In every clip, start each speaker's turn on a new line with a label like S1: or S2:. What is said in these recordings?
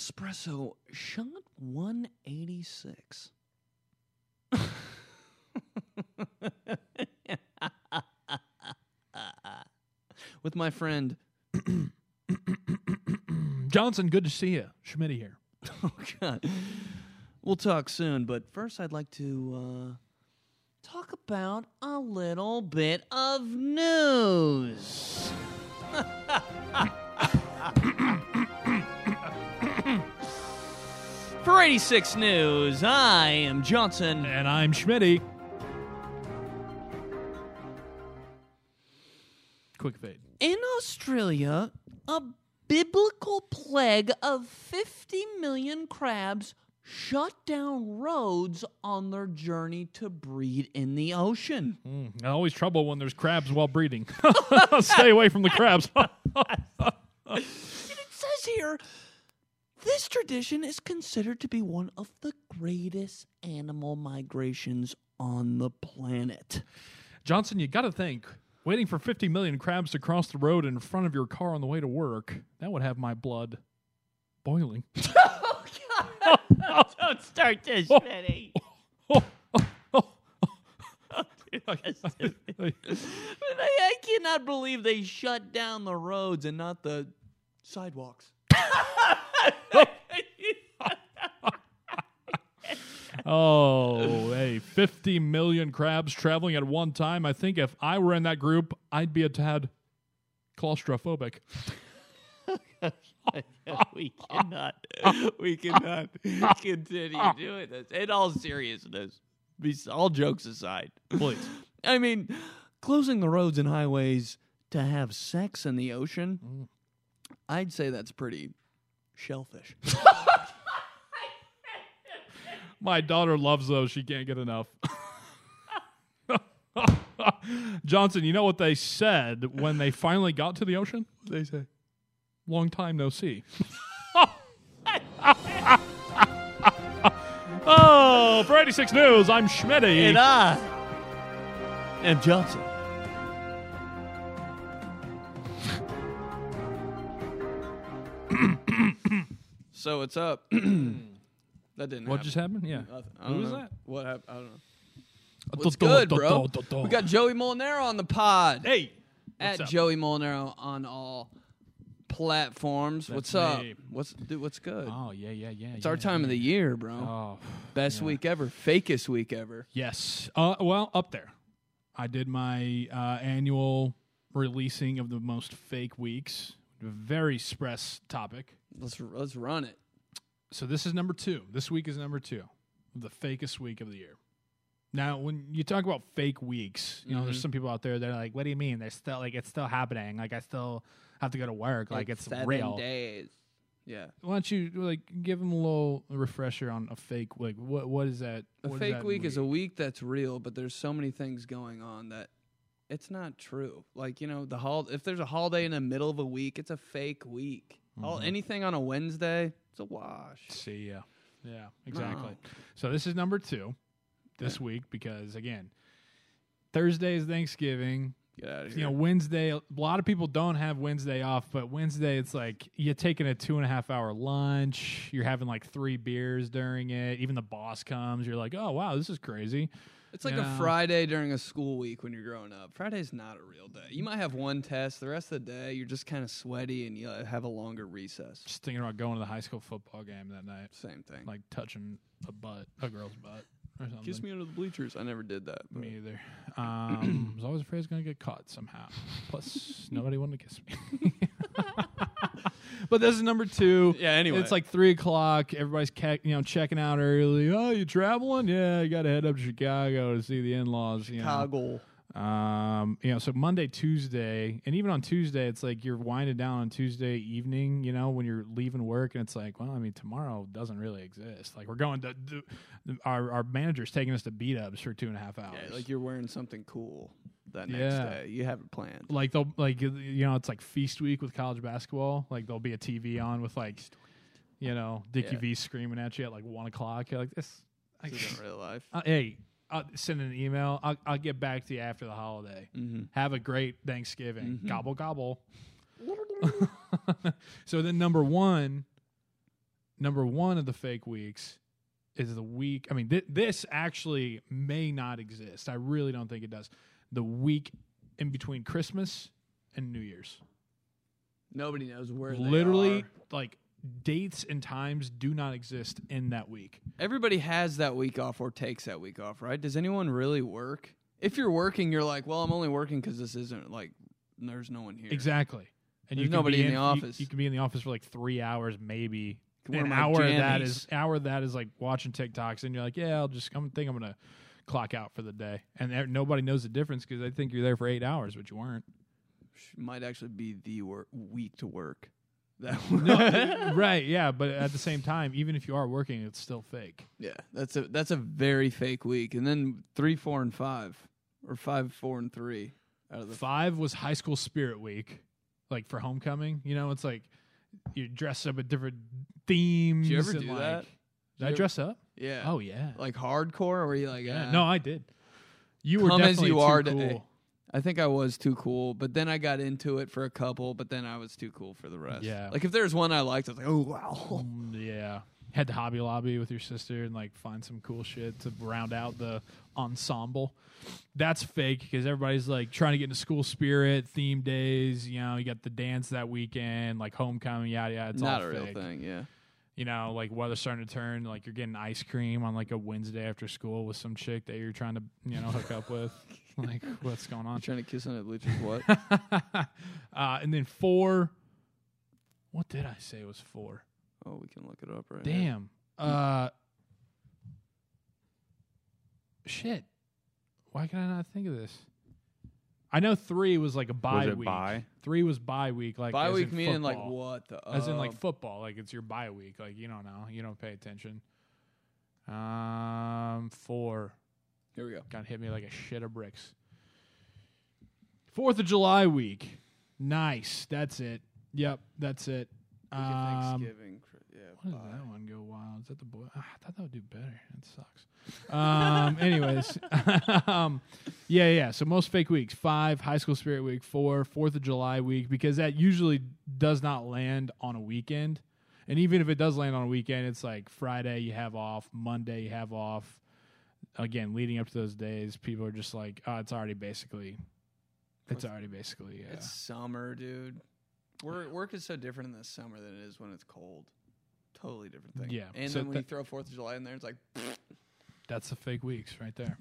S1: Espresso shot 186. With my friend.
S2: Johnson, good to see you. Schmidt here.
S1: Oh, God. We'll talk soon, but first I'd like to uh, talk about a little bit of news. For 86 News, I am Johnson.
S2: And I'm Schmitty. Quick fade.
S1: In Australia, a biblical plague of 50 million crabs shut down roads on their journey to breed in the ocean.
S2: Mm, I always trouble when there's crabs while breeding. Stay away from the crabs.
S1: And it says here this tradition is considered to be one of the greatest animal migrations on the planet.
S2: Johnson, you got to think. Waiting for 50 million crabs to cross the road in front of your car on the way to work, that would have my blood boiling.
S1: Oh, Don't start this, Benny. But I, I cannot believe they shut down the roads and not the sidewalks.
S2: oh, hey, 50 million crabs traveling at one time. I think if I were in that group, I'd be a tad claustrophobic.
S1: we cannot, we cannot continue doing this. In all seriousness, bes- all jokes aside,
S2: Please.
S1: I mean, closing the roads and highways to have sex in the ocean,
S2: Mm.
S1: I'd say that's pretty shellfish.
S2: My daughter loves those. She can't get enough. Johnson, you know what they said when they finally got to the ocean? They say, long time no see. oh, for 86 News, I'm Schmitty.
S1: and I am Johnson. so it's up. that didn't.
S2: what just happened? Yeah.
S1: happen. I
S2: Who
S1: don't
S2: was
S1: know.
S2: that? Uh,
S1: What happened? I don't know. What's good, bro? We got Joey Molinaro on the pod.
S2: Hey.
S1: at
S2: what's up?
S1: Joey Molinaro on all platforms. what's up?
S2: me.
S1: What's dude, what's good?
S2: Oh, yeah, yeah, yeah.
S1: it's our time of the year, bro.
S2: Oh,
S1: Best week ever. Fakest week ever.
S2: yes. Uh, well, up there. I did my uh, annual releasing of the most fake weeks. Very stress topic.
S1: Let's let's run it.
S2: So this is number two. This week is number two, the fakest week of the year. Now, when you talk about fake weeks, you know,
S1: Mm-hmm.
S2: there's some people out there that are like, "What do you mean? They're still like it's still happening. Like I still have to go to work. Like it's,
S1: seven
S2: real."
S1: days. Yeah.
S2: Why don't you like give them a little refresher on a fake like what what is that?
S1: A
S2: what does
S1: fake
S2: that
S1: week is a
S2: mean?
S1: week that's real, but there's so many things going on that it's not true. Like, you know, the hol- if there's a holiday in the middle of a week, it's a fake week. All
S2: Mm-hmm.
S1: anything on a Wednesday, it's a wash.
S2: See, yeah, yeah, exactly. So this is number two this week because again, Thursday is Thanksgiving.
S1: Get out of here.
S2: you know Wednesday. A lot of people don't have Wednesday off, but Wednesday it's like you're taking a two and a half hour lunch. You're having like three beers during it. Even the boss comes. You're like, oh wow, this is crazy.
S1: It's like
S2: You
S1: a
S2: know?
S1: Friday during a school week when you're growing up. Friday's not a real day. You might have one test. The rest of the day, you're just kind of sweaty and you uh, have a longer recess.
S2: Just thinking about going to the high school football game that night,
S1: Same thing.
S2: like um, touching a butt, a girl's butt, or something.
S1: Kiss me under the bleachers. I never did that. but-
S2: Me either. Um, I was always afraid I was going to get caught somehow. Plus, nobody wanted to kiss me. but this is number two.
S1: Yeah, anyway.
S2: It's like three o'clock. Everybody's ca- you know checking out early. Oh, you traveling? Yeah, you got to head up to Chicago to see the in laws. You know?
S1: Toggle.
S2: Um, you know, so Monday, Tuesday, and even on Tuesday, it's like you're winding down on Tuesday evening, you know, when you're leaving work, and it's like, well, I mean, tomorrow doesn't really exist. Like, we're going to, do, our, our manager's taking us to beat ups for two and a half hours.
S1: Yeah, like you're wearing something cool that next
S2: Yeah.
S1: day. You have it planned.
S2: like they'll like you know it's like feast week with college basketball like there'll be a tv on with like you know dickie
S1: Yeah.
S2: v screaming at you at like one o'clock You're like this I,
S1: This isn't real life.
S2: uh, hey i'll send an email I'll, I'll get back to you after the holiday
S1: Mm-hmm.
S2: have a great thanksgiving gobble gobble so then number one number one of the fake weeks is the week. I mean, th- this actually may not exist. I really don't think it does. The week in between Christmas and New Year's.
S1: Nobody knows where. they
S2: Literally,
S1: are.
S2: like dates and times do not exist in that week.
S1: everybody has that week off or takes that week off, right? Does anyone really work? If you're working, you're like, well, I'm only working because this isn't like there's no one here.
S2: Exactly. And
S1: There's
S2: can
S1: nobody
S2: be
S1: in the
S2: you-
S1: office.
S2: You, can be in the office for like three hours, maybe.
S1: Can wear
S2: An
S1: my
S2: hour of that
S1: jammies.
S2: is hour of that is like watching TikToks, and you're like, yeah, I'll just I'm think I'm gonna clock out for the day, and there- nobody knows the difference because they think you're there for eight hours, but you weren't.
S1: Sh- Might actually be the wor- week to work. That
S2: right? Yeah, but at the same time, even if you are working, it's still fake.
S1: Yeah, that's a that's a very fake week. And then three, four, and five, or five, four, and three out of the.
S2: Five was high school spirit week, like for homecoming. You know, it's like you dress up at different themes.
S1: ever
S2: and
S1: do
S2: like,
S1: that?
S2: Did,
S1: you
S2: I
S1: ever-
S2: dress up?
S1: yeah,
S2: Oh yeah.
S1: like hardcore. Or were you like,
S2: Yeah.
S1: "Ah,
S2: No, I did. You were
S1: Come as
S2: definitely
S1: you
S2: too
S1: are
S2: cool.
S1: today. I think I was too cool, but then I got into it for a couple, but then I was too cool for the rest.
S2: Yeah.
S1: Like if there's one I liked, I was like, oh wow.
S2: Mm, yeah. Head to Hobby Lobby with your sister and like find some cool shit to round out the ensemble. That's fake because everybody's like trying to get into school spirit, theme days. You know, you got the dance that weekend, like homecoming, yada yada. It's
S1: Not
S2: all
S1: a
S2: fake.
S1: real thing, yeah.
S2: You know, like weather's starting to turn. Like you're getting ice cream on like a Wednesday after school with some chick that you're trying to you know hook up with. Like what's going on?
S1: I'm trying to kiss on a bleacher's what?
S2: uh, and then four. What did I say was four?
S1: Oh, we can look it up right here.
S2: Damn. Uh, shit. Why can I not think of this? I know three was like a bye
S3: Was it
S2: week.
S3: bye?
S2: Three was bye week. Like
S1: Bye
S2: as
S1: week
S2: in
S1: meaning like
S2: football.
S1: what the
S2: As in like
S1: uh,
S2: football, like it's your bye week. Like you don't know, you don't pay attention. Um, four.
S1: here we go.
S2: God hit me like a shit of bricks. Fourth of July week. Nice. That's it. Yep, that's it.
S1: Week of
S2: Um,
S1: Thanksgiving. cr- Yeah.
S2: what did
S1: bye.
S2: that one go wild? Is that the boy? Ah, I thought that would do better. That sucks. Um, anyways, um, yeah, yeah. So most fake weeks: five, high school spirit week, four, Fourth of July week, because that usually does not land on a weekend. And even if it does land on a weekend, it's like Friday you have off, Monday you have off. Again, leading up to those days, people are just like, "Oh, it's already basically, it's already basically." Uh,
S1: It's summer, dude. Work work is so different in the summer than it is when it's cold. Totally different thing.
S2: Yeah,
S1: And
S2: so
S1: then when
S2: that-
S1: you throw Fourth of July in there, it's like
S2: That's the fake weeks right there.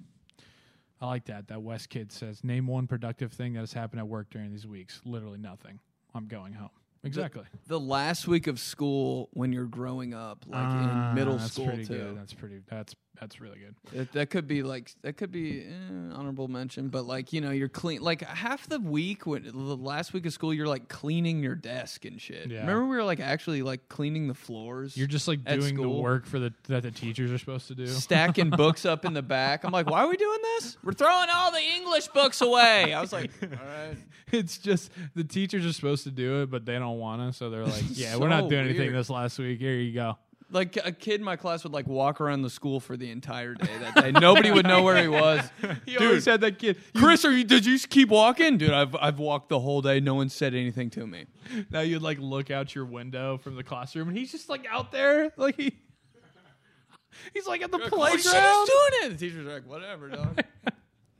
S2: I like that. That West kid says, name one productive thing that has happened at work during these weeks. Literally nothing. I'm going home. Exactly.
S1: the last week of school when you're growing up, like in middle
S2: Ah, that's
S1: school
S2: pretty
S1: too.
S2: Good. That's pretty. That's that's really good.
S1: That, that could be like that could be eh, honorable mention, but like you know you're clean like half the week when the last week of school you're like cleaning your desk and shit.
S2: Yeah.
S1: Remember we were like actually like cleaning the floors.
S2: You're just like
S1: At
S2: doing the
S1: school.
S2: work for the that the teachers are supposed to do.
S1: stacking books up in the back. I'm like, why are we doing this? We're throwing all the English books away. I was like, all right.
S2: it's just the teachers are supposed to do it, but they don't want to. So they're like, yeah, we're not
S1: So
S2: doing anything
S1: weird.
S2: this last week. Here you go.
S1: Like a kid in my class would like walk around the school for the entire day that day. Nobody would know where he was.
S2: Dude, always had that kid.
S1: Chris, are you? Did you keep walking, dude? I've I've walked the whole day. No one said anything to me.
S2: Now you'd like look out your window from the classroom, and he's just like out there, like he, he's like at the playground.
S1: doing it. The teachers are like, whatever, dog.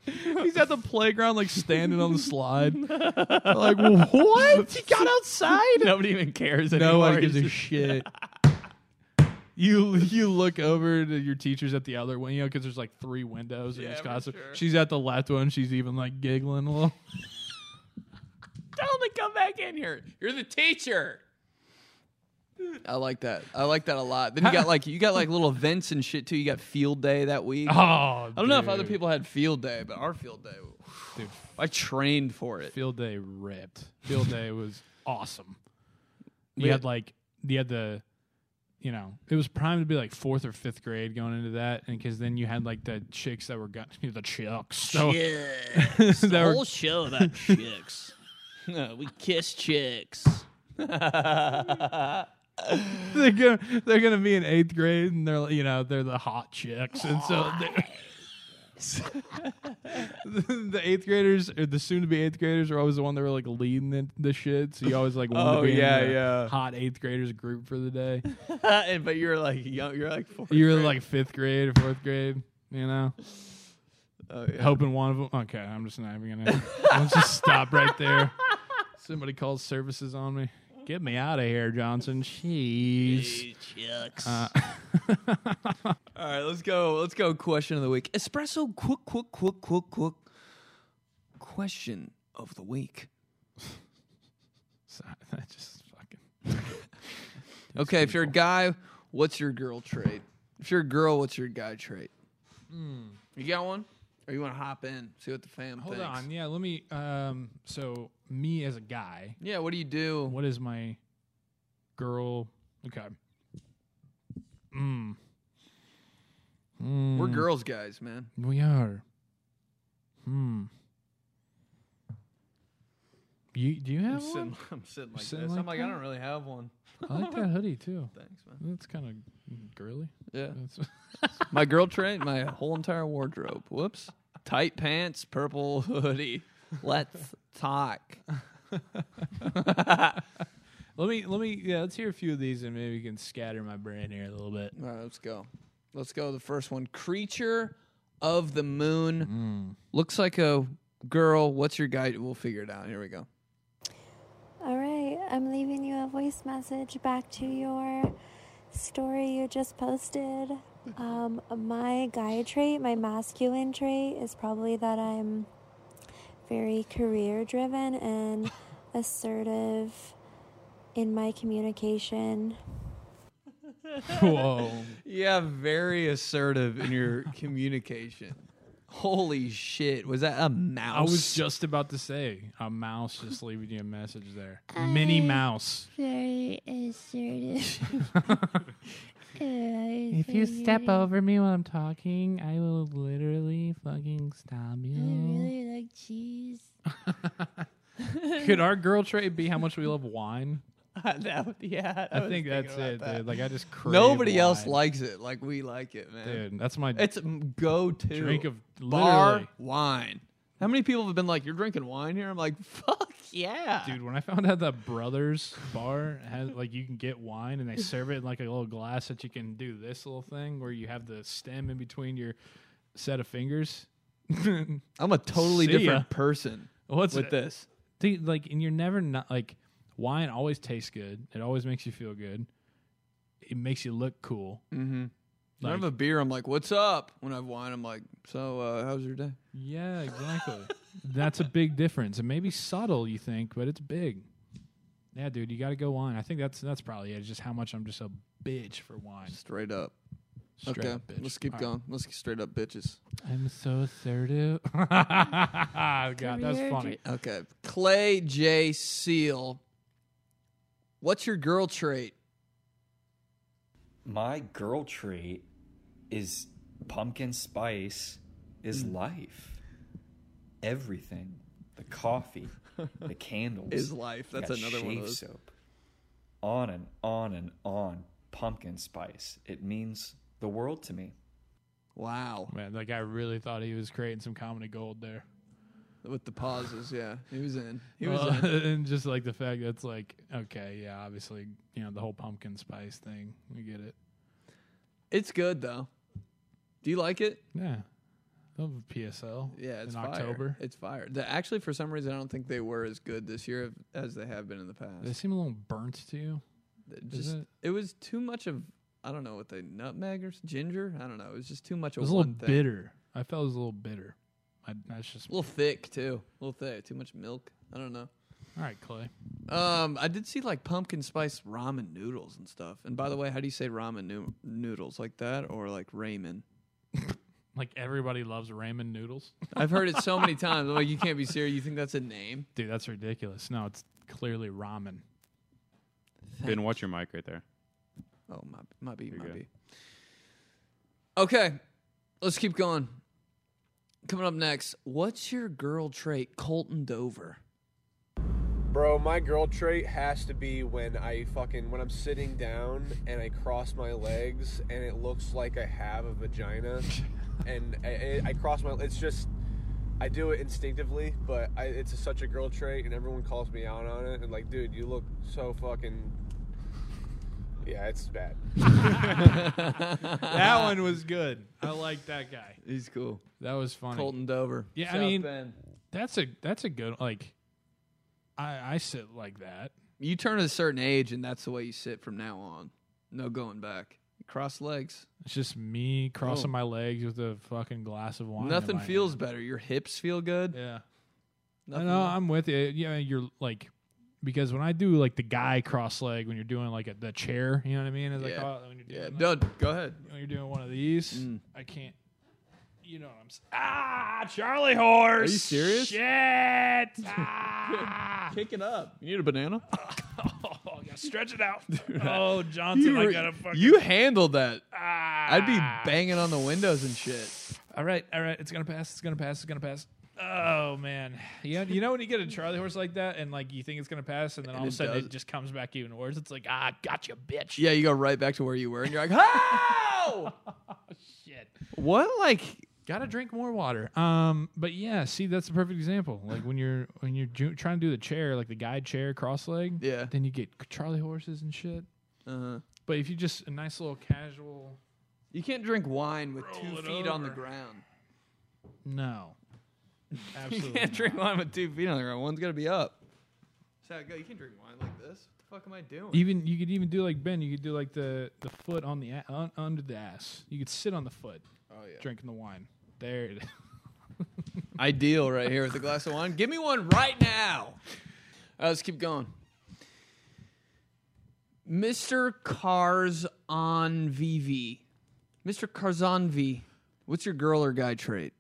S2: He's at the playground, like standing on the slide. like what? He got outside.
S3: Nobody even cares anymore.
S2: Nobody gives
S3: He's
S2: a
S3: just-
S2: shit. You you look over to your teachers at the other window because there's like three windows in
S1: Yeah,
S2: his
S1: for
S2: classroom.
S1: sure.
S2: She's at the left one. She's even like giggling a little.
S1: Tell him to come back in here. You're the teacher. I like that. I like that a lot. Then you got like you got like little events and shit too. You got field day that week.
S2: Oh, I
S1: I don't know if other people had field day, but our field day,
S2: Dude,
S1: I trained for it.
S2: Field Day ripped. Field Day was awesome. You
S1: We-
S2: had like you had the you know it was primed to be like fourth or fifth grade going into that, and because then you had like the chicks that were got the chicks. that were-
S4: Chicks. the
S2: that were-
S4: whole
S1: Oh,
S4: show about chicks. we kiss chicks.
S2: they're gonna they're gonna be in eighth grade, and they're like, you know they're the hot chicks, and so they- the eighth graders, or the soon-to-be eighth graders, are always the one that were like leading the, the shit. So you always like wanted
S1: Oh,
S2: to be
S1: yeah,
S2: in the
S1: yeah.
S2: hot eighth graders group for the day.
S1: and, but you're like young. You're like four.
S2: you were like fifth grade or fourth grade, you know,
S1: oh, yeah.
S2: hoping one of them. Okay, I'm just not even gonna. let's just stop right there. Somebody calls services on me. Get me out of here, Johnson. Jeez.
S4: Hey, Chucks.
S2: Uh,
S1: All right, let's go. Let's go. Question of the week. Espresso. Quick, quick, quick, quick, quick. Question of the week.
S2: so- that just fucking.
S1: Okay, if you're a guy, what's your girl trait? If you're a girl, what's your guy trait? Hmm. You got one, or you want to hop in, see what the fam
S2: Hold
S1: thinks?
S2: on. Yeah, let me. Um, so me as a guy,
S1: Yeah, what do you do?
S2: what is my girl? Okay. Mm. Mm.
S1: We're girls, guys, man.
S2: We are. Hmm. You do you have one?
S1: I'm sitting
S2: like sitting this. like I'm like, I that? don't
S1: really have one.
S2: I like that hoodie too.
S1: Thanks, man.
S2: That's kind of girly.
S1: Yeah,
S2: That's-
S1: my girl trait, my whole entire wardrobe. Whoops, tight pants, purple hoodie. Let's talk.
S2: let me let me yeah. Let's hear a few of these and maybe we can scatter my brain here a little bit.
S1: All right, let's go. Let's go. The first one Creature of the Moon. Looks like a girl. What's your guide? We'll figure it out. Here we go.
S5: All right, I'm leaving you a voice message back to your story you just posted. Um, my guy trait, my masculine trait, is probably that I'm very career driven and assertive in my communication.
S2: Whoa.
S1: Yeah, very assertive in your communication. Holy shit. Was that a mouse?
S2: I was just about to say a mouse just leaving you a message there. Minnie Mouse.
S5: Very assertive.
S2: If you step over me while I'm talking, I will literally fucking stab you.
S5: like cheese.
S2: Could our girl trait be how much we love wine?
S1: that would- yeah,
S2: I, think that's it, dude. Like I just crave
S1: Nobody else
S2: wine.
S1: likes it. Like we like it, man.
S2: Dude, that's my
S1: It's go to
S2: drink of
S1: bar
S2: literally.
S1: wine. How many people have been like, "You're drinking wine here"? I'm like, "Fuck yeah,
S2: Dude, when I found out that Brothers Bar has like you can get wine and they serve it in like a little glass that you can do this little thing where you have the stem in between your set of fingers.
S1: I'm a totally
S2: See
S1: different
S2: ya.
S1: person
S2: What's
S1: with
S2: it?
S1: this."
S2: Dude, like, and you're never not like wine always tastes good. It always makes you feel good. It makes you look cool.
S1: Mm-hmm. when I
S2: Like-
S1: have a beer, I'm like, "What's up?" When I have wine, I'm like, "So, uh, how's your day?"
S2: Yeah, exactly. That's a big difference. It may be subtle, you think, but it's big. Yeah, dude, you got to go wine. I think that's that's probably it. Just how much I'm just a bitch for wine.
S1: Straight up.
S2: Straight
S1: okay,
S2: up bitch.
S1: let's keep
S2: All right.
S1: going. Let's get straight up, bitches.
S2: I'm so assertive. God, that's
S5: Career
S2: funny.
S1: Okay, Clay J. Seal. What's your girl trait?
S6: my girl trait is pumpkin spice is
S1: Mm.
S6: life everything the coffee the candles
S1: Is life.
S6: I
S1: That's
S6: got
S1: another one of
S6: shave
S1: those.
S6: soap on and on and on pumpkin spice it means the world to me
S1: Wow,
S2: Man, that guy really thought he was creating some comedy gold there.
S1: with the pauses. Yeah, he was in. He was in.
S2: Well, Uh, and just like the fact that's like, okay, yeah, obviously, you know, the whole pumpkin spice thing. We get it.
S1: It's good though. Do you like it?
S2: Yeah. Love PSL.
S1: Yeah, it's
S2: in
S1: fire.
S2: October.
S1: It's fire. The, actually, for some reason, I don't think they were as good this year as they have been in the
S2: They
S1: past.
S2: seem a little burnt to you.
S1: They Just
S2: it-
S1: it was too much of I don't know what they nutmeg or s- ginger. I don't know. It was just too much
S2: It
S1: of
S2: was a little
S1: one thing.
S2: bitter. I felt it was a little bitter. I, that's just
S1: A little thick too. A little thick. Too much milk. I don't know.
S2: all right, Clay.
S1: Um, I did see like pumpkin spice ramen noodles and stuff. And by the way, how do you say ramen noo- noodles like that or like ramen?
S2: Like everybody loves ramen noodles,
S1: I've heard it so many times. I'm like, you can't be serious. You think that's a name?
S2: dude. That's ridiculous. No, it's clearly ramen.
S7: Ben, watch your mic right there.
S1: Oh, might, might be,
S7: There you
S1: might
S7: go.
S1: be. Okay, let's keep going. Coming up next, what's your girl trait, Colton Dover?
S8: Bro, my girl trait has to be when I fucking when I'm sitting down and I cross my legs and it looks like I have a vagina and I, I I cross my. It's just I do it instinctively, but I, it's a, such a girl trait, and everyone calls me out on it. And like, dude, you look so fucking. Yeah, it's bad.
S2: that one was good. I like that guy.
S1: He's cool.
S2: That was funny.
S1: Colton Dover.
S2: Yeah, I
S1: South
S2: mean-
S1: Bend.
S2: That's a that's a good like. I I sit like that.
S1: you turn at a certain age, and that's the way you sit from now on. No going back. You cross legs.
S2: It's just me
S1: Oh.
S2: crossing my legs with a fucking glass of wine. in
S1: Nothing
S2: my
S1: feels
S2: hand.
S1: better. Your hips feel good.
S2: Yeah.
S1: Nothing.
S2: No, I'm with you. Yeah, you're like because when I do like the guy cross leg when you're doing like a, the chair, you know what I mean? As I
S1: Yeah.
S2: call it, when you're doing
S1: yeah,
S2: like,
S1: done. Go ahead.
S2: when you're doing one of these, I can't. You know what I'm saying? Ah, Charlie horse.
S7: Are you serious?
S2: Shit. Ah.
S1: Kick it up. You need a banana.
S2: oh, I gotta stretch it out. oh, Johnson, I
S1: re-
S2: gotta fucking.
S1: you handled that.
S2: ah.
S1: I'd be banging on the windows and shit.
S2: All right, all right. It's gonna pass. It's gonna pass. It's gonna pass. Oh man, you know, you know when you get a Charlie horse like that, and like you think it's gonna pass, and then all
S1: it
S2: of a sudden
S1: does.
S2: it just comes back even worse. It's like ah, gotcha, bitch.
S1: Yeah, you go right back to where you were, and you're like, "How?
S2: Shit.
S1: what? Like,
S2: Gotta drink more water. Um, but yeah, see, that's the perfect example. Like when you're when you're ju- trying to do the chair, like the guide chair, cross leg.
S1: Yeah.
S2: Then you get Charlie horses and shit.
S1: uh,
S2: But if you just a nice little casual,
S1: you can't drink wine with
S2: Roll
S1: two
S2: it
S1: feet on the
S2: over.
S1: ground.
S2: no,
S1: You
S2: absolutely.
S1: can't
S2: not.
S1: drink wine with two feet on the ground. One's gotta be up. That's how it go. You can drink wine like this. What the fuck am I doing?
S2: Even you could even do like Ben. You could do like the the foot on the a- un, under the ass. You could sit on the foot,
S1: oh yeah.
S2: drinking the wine. There. It is.
S1: Ideal right here with a glass of wine. Give me one right now. Uh, let's keep going. Mr. Cars on VV. Mr. Carzon V. What's your girl or guy trait?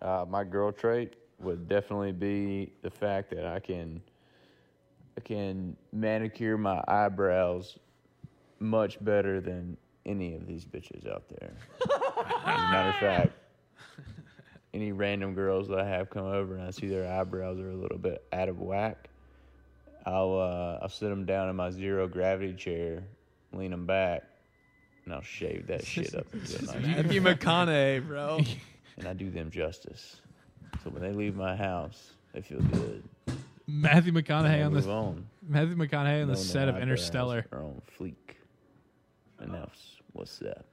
S9: Uh, my girl trait would definitely be the fact that I can, I can manicure my eyebrows much better than any of these bitches out there. As a matter of fact, any random girls that I have come over and I see their eyebrows are a little bit out of whack, I'll uh, I'll sit them down in my zero gravity chair, lean them back, and I'll shave that shit up. into a nice
S1: Matthew McConaughey, bro.
S9: and I do them justice. So when they leave my house, they feel good.
S2: Matthew
S9: They
S2: McConaughey on
S9: move
S2: the
S9: on.
S2: Matthew McConaughey on the
S9: knowing
S2: set of
S9: their eyebrows
S2: Interstellar.
S9: Are on fleek. And that's what's up.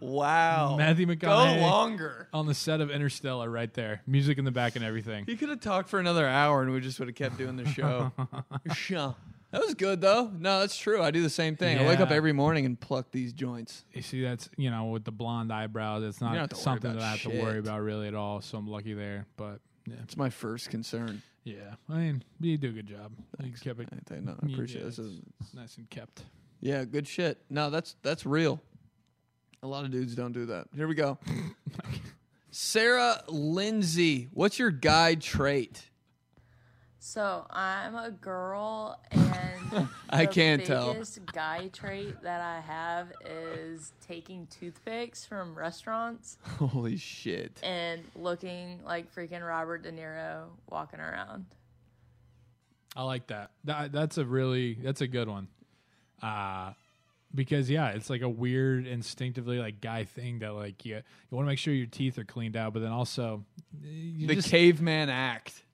S1: Wow.
S2: Matthew McConaughey.
S1: Go longer.
S2: On the set of Interstellar, right there. Music in the back and everything.
S1: He could have talked for another hour and we just would have kept doing the show. Sure. That was good though. No, that's true. I do the same thing. I wake up
S2: Yeah.
S1: every morning and pluck these joints.
S2: You see, that's you know with the blonde eyebrows, it's
S1: don't have
S2: not
S1: to worry
S2: something
S1: about
S2: that I have to worry
S1: shit.
S2: about really at all. So I'm lucky there. But yeah,
S1: It's my first concern.
S2: yeah. I mean, you do a good job. you kept it
S1: I think no, I appreciate
S2: yeah,
S1: this.
S2: it's-
S1: Is,
S2: it's nice and kept.
S1: Yeah, good shit. No, that's that's real. A lot of dudes don't do that. Here we go. Sarah Lindsay, what's your guy trait?
S10: So I'm a girl, and
S1: I
S10: the
S1: can't tell.
S10: biggest guy trait that I have is taking toothpicks from restaurants
S1: Holy shit.
S10: and looking like freaking Robert De Niro walking around.
S2: I like that. That that's a really that's a good one. Uh because yeah, it's like a weird instinctively like guy thing that like you you want to make sure your teeth are cleaned out, but then also eh, you
S1: The
S2: just
S1: caveman act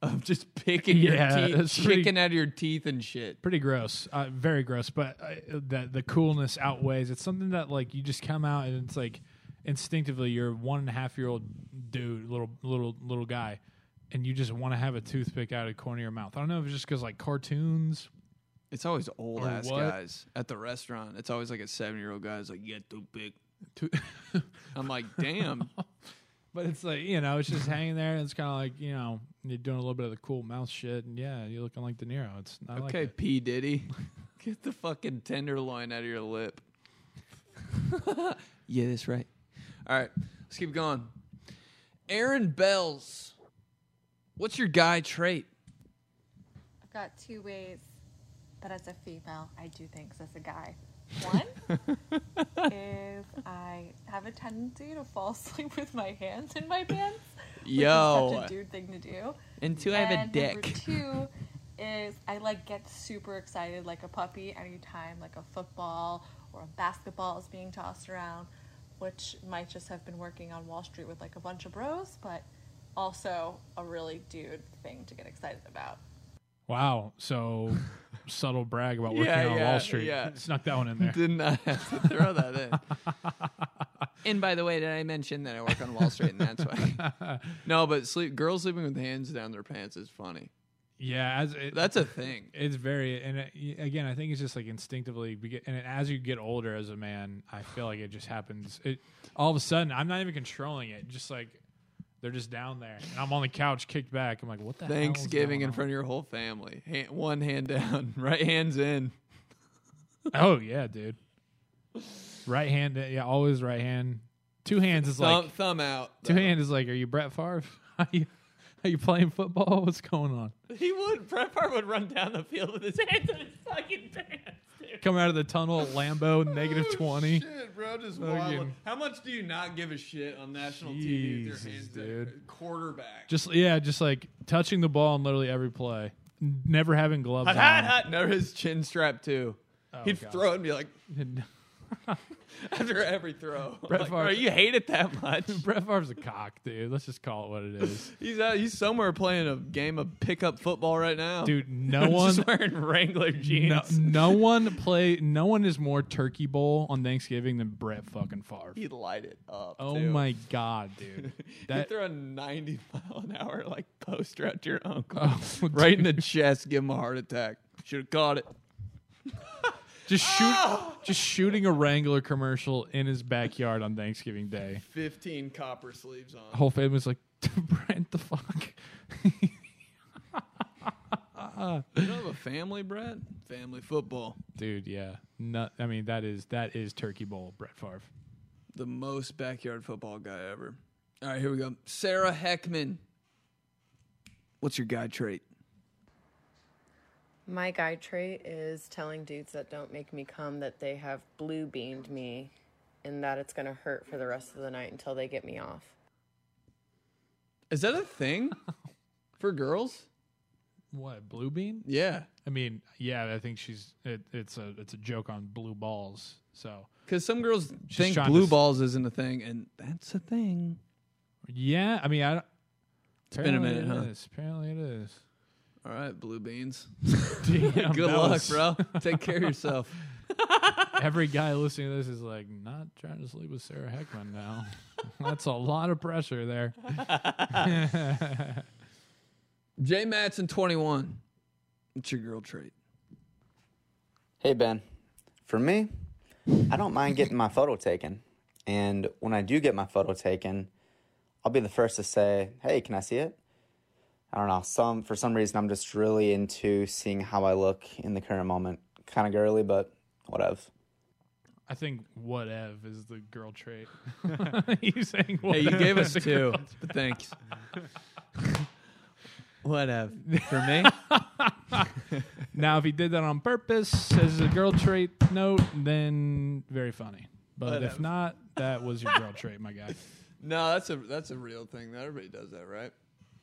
S1: of just picking
S2: Yeah,
S1: your teeth,
S2: that's pretty-
S1: kicking out of your teeth and shit.
S2: pretty gross, uh, very gross. But uh, that the coolness outweighs. It's something that like you just come out and it's like instinctively you're a one and a half year old dude, little little little guy, and you just want to have a toothpick out of the corner of your mouth. I don't know if it's just because like cartoons
S1: It's always old
S2: Or
S1: ass
S2: what?
S1: guys at the restaurant. It's always like a seven year old guy's like, yeah, too big. I'm like, damn.
S2: Oh But it's like you know, it's just hanging there, and it's kind of like you know, you're doing a little bit of the cool mouth shit, and yeah, you're looking like De Niro. It's I like
S1: okay,
S2: it.
S1: P Diddy, get the fucking tenderloin out of your lip. yeah, that's right. All right, let's keep going. Aaron Bells, what's your guy trait?
S11: I've got two ways that as a female I do things as a guy. One is I have a tendency to fall asleep with my hands in my pants. which is
S1: Yo.
S11: such a dude thing to do.
S1: And two, I have a
S11: and number
S1: dick.
S11: two is I like get super excited like a puppy anytime like a football or a basketball is being tossed around. which might just have been working on Wall Street with like a bunch of bros, but also a really dude thing to get excited about.
S2: Wow. So subtle brag about working
S1: Yeah,
S2: on
S1: yeah,
S2: Wall Street.
S1: yeah.
S2: Snuck that one in there.
S1: Did not have to throw that in. and by the way, did I mention that I work on Wall Street and that's why? no, but sleep girls sleeping with hands down their pants is funny.
S2: Yeah, as it,
S1: That's a thing.
S2: It's very and it, y- again, I think it's just like instinctively. beg- And as you get older as a man, I feel like it just happens. It all of a sudden, I'm not even controlling it. Just like they're just down there, and I'm on the couch, kicked back. I'm like, what the hell is
S1: Thanksgiving
S2: going
S1: in
S2: on?
S1: front of your whole family. Hand, one hand down, right hands in.
S2: Oh yeah, dude. Right hand, yeah, always right hand. Two hands is
S1: thumb,
S2: like
S1: thumb out.
S2: two hand is like, are you Brett Favre? Are you are you playing football? What's going on?
S4: He would. Brett Favre would run down the field with his hands in his fucking pants, dude.
S2: Coming out of the tunnel, at Lambo, negative twenty.
S1: Oh, Shit, bro, just
S2: Fucking-
S1: wild. How much do you not give a shit on national TV with your hands dude. quarterback?
S2: Just yeah, just like touching the ball in literally every play, N- never having gloves
S1: Hot,
S2: on.
S1: hot, hot. Never his chin strap too. He'd
S2: Oh, God.
S1: throw it and be like, after every throw,
S2: Brett
S1: like,
S2: Favre-
S1: bro, you hate it that much.
S2: Brett Favre's a cock, dude. Let's just call it what it is,
S1: He's out. He's somewhere playing a game of pickup football right now,
S2: dude. No one
S1: Just wearing Wrangler
S2: no,
S1: jeans.
S2: no one play. No one is more turkey bowl on Thanksgiving than Brett fucking Favre.
S1: He'd light it up.
S2: Oh
S1: too.
S2: my god, dude.
S1: That, you
S2: That-
S1: throw a 90 mile an hour like poster at your uncle,
S2: Oh,
S1: right in the chest, give him a heart attack. Should have caught it.
S2: Just shoot,
S1: Oh.
S2: just shooting a Wrangler commercial in his backyard on Thanksgiving Day.
S1: 15 copper sleeves on.
S2: Whole family's like, Brett, the fuck.
S1: You don't have a family, Brett? Family football.
S2: Dude, yeah. Not, I mean, that is that is turkey bowl, Brett Favre.
S1: The most backyard football guy ever. All right, here we go. Sarah Heckman. What's your guy trait?
S12: My guy trait is telling dudes that don't make me come that they have blue beamed me and that it's going to hurt for the rest of the night until they get me off.
S1: Is that a thing for girls?
S2: What blue bean?
S1: Yeah.
S2: I mean, yeah. I think she's it, it's a it's a joke on blue balls. So
S1: Because some girls
S2: She's
S1: think
S2: trying to
S1: blue
S2: s-
S1: balls isn't a thing, and that's a thing.
S2: yeah, I mean, I. Don't,
S1: It's been a
S2: apparently
S1: minute,
S2: it
S1: huh?
S2: is. Apparently, it is.
S1: All right, blue beans.
S2: Damn,
S1: Good
S2: that
S1: luck,
S2: was-
S1: bro. Take care of yourself.
S2: Every guy listening to this is like, not trying to sleep with Sarah Heckman now. That's a lot of pressure there.
S1: J Matson twenty one. What's your girl trait?
S13: Hey, Ben. For me, I don't mind getting my photo taken. And when I do get my photo taken, I'll be the first to say, hey, can I see it? I don't know. Some For some reason, I'm just really into seeing how I look in the current moment. Kind of girly, but whatevs.
S2: I think whatev is the girl trait. you saying whatev?
S1: Hey, you gave us
S2: is the
S1: two,
S2: girl
S1: but
S2: trait.
S1: thanks. Whatever. For me?
S2: now, if he did that on purpose as a girl trait note, then very funny. But
S1: Whatever.
S2: if not, that was your girl trait, my guy.
S1: No, that's a that's a real thing. That everybody does that, right?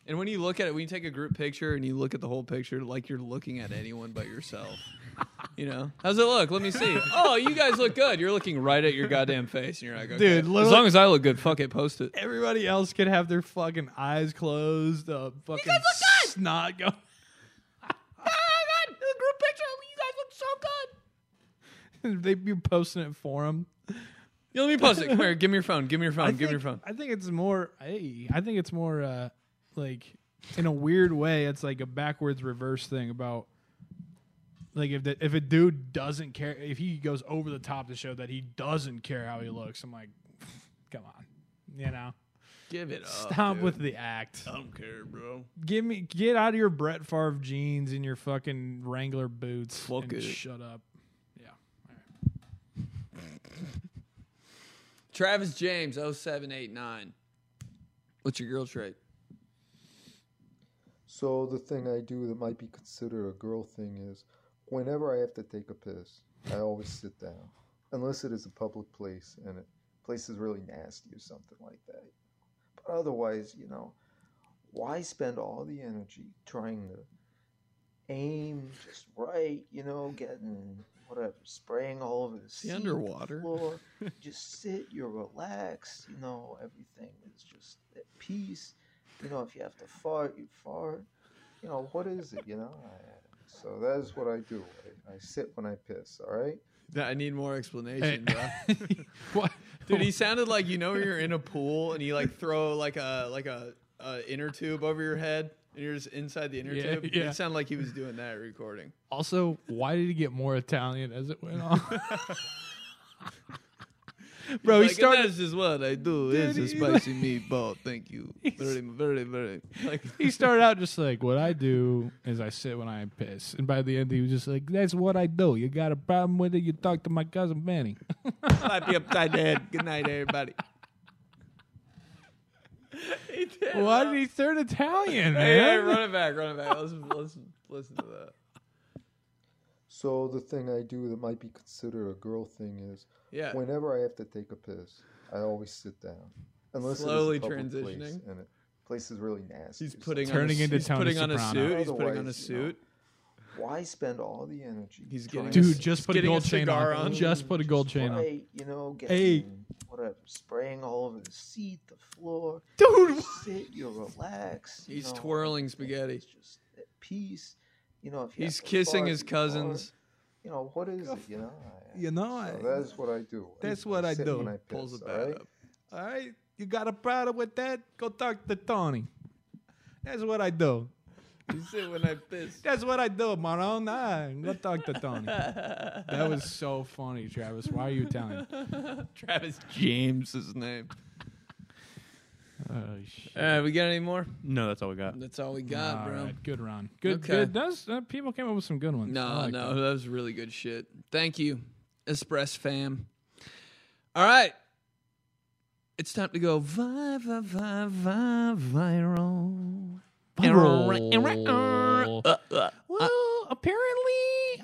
S1: And when you look at it, when you take a group picture and you look at the whole picture, like you're looking at anyone but yourself. You know, how's it look? Let me see. Oh, you guys look good. You're looking right at your goddamn face, and you're like, okay,
S2: Dude,
S1: As
S2: literally-
S1: long as I look good, fuck it, post it.
S2: Everybody else could have their fucking eyes closed, uh, fucking snot going. Oh
S4: God, the group picture. You guys look so good.
S2: they be posting it for him.
S1: Yeah, let me post it. Come here. Give me your phone. Give me your phone.
S2: I
S1: give me your
S2: think-
S1: phone.
S2: I think it's more. Hey, I think it's more uh, like in a weird way. It's like a backwards reverse thing about like if the, if a dude doesn't care if he goes over the top to show that he doesn't care how he looks. I'm like, come on, you know,
S1: Give it up.
S2: stop
S1: dude.
S2: with the act.
S1: I don't care, bro.
S2: Give me get out of your Brett Favre jeans and your fucking Wrangler boots and
S1: it.
S2: shut up. Yeah.
S1: Travis James, 0789. What's your girl trait?
S14: So the thing I do that might be considered a girl thing is whenever I have to take a piss, I always sit down. Unless it is a public place and the place is really nasty or something like that. But otherwise, you know, why spend all the energy trying to aim just right, you know, getting
S15: whatever, spraying all over the seat,
S1: underwater.
S15: floor. You just sit, you're relaxed, you know, everything is just at peace. You know, if you have to fart, you fart.
S14: You know, what is it? You know, I, so that is what I do. I, I sit when I piss. All right.
S1: That I need more explanation, bro. Dude, he sounded like you know you're in a pool and you like throw like a like a, a inner tube over your head and you're just inside the inner
S2: Yeah,
S1: tube.
S2: yeah.
S1: It sounded like he was doing that recording.
S2: Also, why did he get more Italian as it went on? Bro, he
S1: Like,
S2: started.
S1: And that's just what I do. It's a
S2: Dude, he like-
S1: spicy meatball. Thank you. Very, very, very. Like
S2: he started out just like what I do is I sit when I piss, and by the end he was just like, "That's what I do." You got a problem with it? You talk to my cousin Benny.
S1: slap you upside the head. Good night, everybody.
S2: Why did he turn Italian,
S1: Hey, hey,
S2: Oh, man?
S1: run it back, run it back. Let's listen, listen to that.
S14: So the thing I do that might be considered a girl thing is,
S1: Yeah.
S14: whenever I have to take a piss, I always sit down. Unless
S1: Slowly
S14: it is a public place
S1: transitioning.
S14: and it, place is really nasty.
S1: He's
S14: or
S1: putting
S14: something.
S1: on a Turning su- into he's Tony putting on a Soprano. suit, he's putting on a
S14: Otherwise, you know,
S1: suit.
S14: why spend all the energy?
S1: He's
S14: trying
S2: Dude,
S14: to-
S2: just put a gold chain on. Just put a gold chain on.
S15: Right, you know, getting
S2: Hey.
S15: whatever, spraying all over the seat, the floor.
S2: Dude,
S15: you sit, you're relaxed. you
S1: He's
S15: know,
S1: twirling spaghetti.
S15: at peace. You know, if you
S1: He's
S15: have to
S1: kissing
S15: fart,
S1: his
S15: you
S1: cousins.
S15: fart. You know what is it? You know,
S2: You know,
S14: So that is what I do.
S2: That's what I
S14: sit
S2: do.
S14: When I piss,
S2: Pulls it
S14: all right?
S2: back up. All right, you got a problem with that? Go talk to Tony. That's what I do.
S1: You sit when I piss.
S2: That's what I do, Maron. I go talk to Tony. that was so funny, Travis. Why are you Italian?
S1: Travis James is his name.
S2: Oh shit.
S1: All right, we got any more?
S7: No, that's all we got.
S1: That's all we got,
S2: All
S1: bro.
S2: right, good run. Good.
S1: Okay.
S2: Good. That's, uh, people came up with some good ones.
S1: No,
S2: I like
S1: no,
S2: that.
S1: that. was really good shit. Thank you, Espress fam. All right. It's time to go vi, vi, vi, vi, viral.
S2: Viral.
S1: Viral. Uh, uh, uh,
S2: Well, apparently,